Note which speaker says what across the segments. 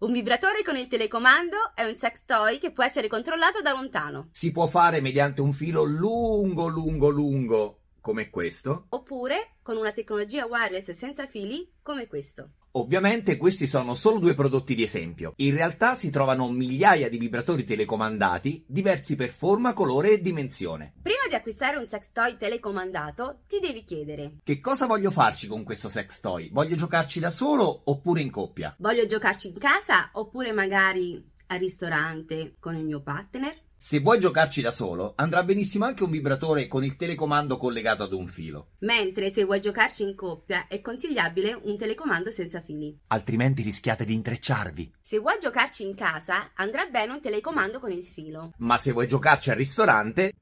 Speaker 1: Un vibratore con il telecomando è un sex toy che può essere controllato da lontano.
Speaker 2: Si può fare mediante un filo lungo, lungo, lungo, come questo.
Speaker 1: Oppure con una tecnologia wireless senza fili come questo.
Speaker 2: Ovviamente questi sono solo due prodotti di esempio. In realtà si trovano migliaia di vibratori telecomandati, diversi per forma, colore e dimensione.
Speaker 1: Prima di acquistare un sex toy telecomandato, ti devi chiedere:
Speaker 2: Che cosa voglio farci con questo sex toy? Voglio giocarci da solo oppure in coppia?
Speaker 1: voglio giocarci in casa oppure magari al ristorante con il mio partner?
Speaker 2: Se vuoi giocarci da solo, andrà benissimo anche un vibratore con il telecomando collegato ad un filo.
Speaker 1: Mentre se vuoi giocarci in coppia è consigliabile un telecomando senza fili.
Speaker 2: Altrimenti rischiate di intrecciarvi.
Speaker 1: Se vuoi giocarci in casa, andrà bene un telecomando con il filo.
Speaker 2: Ma se vuoi giocarci al ristorante,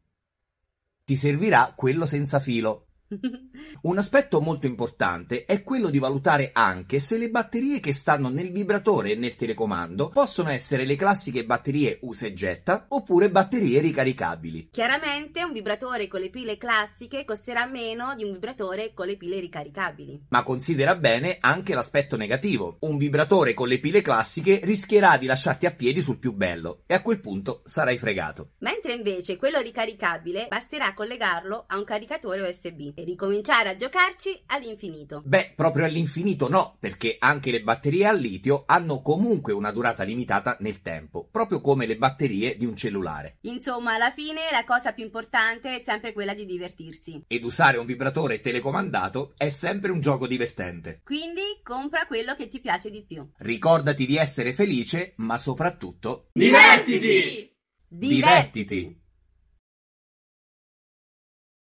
Speaker 2: ti servirà quello senza filo. Un aspetto molto importante è quello di valutare anche se le batterie che stanno nel vibratore e nel telecomando possono essere le classiche batterie usa e getta oppure batterie ricaricabili.
Speaker 1: Chiaramente un vibratore con le pile classiche costerà meno di un vibratore con le pile ricaricabili.
Speaker 2: Ma considera bene anche l'aspetto negativo. Un vibratore con le pile classiche rischierà di lasciarti a piedi sul più bello e a quel punto sarai fregato.
Speaker 1: Mentre invece quello ricaricabile basterà collegarlo a un caricatore USB e ricominciare a giocarci all'infinito.
Speaker 2: Beh, proprio all'infinito no, perché anche le batterie al litio hanno comunque una durata limitata nel tempo, proprio come le batterie di un cellulare.
Speaker 1: Insomma, alla fine la cosa più importante è sempre quella di divertirsi.
Speaker 2: Ed usare un vibratore telecomandato è sempre un gioco divertente.
Speaker 1: Quindi compra quello che ti piace di più.
Speaker 2: Ricordati di essere felice, ma soprattutto
Speaker 3: Divertiti!
Speaker 2: divertiti.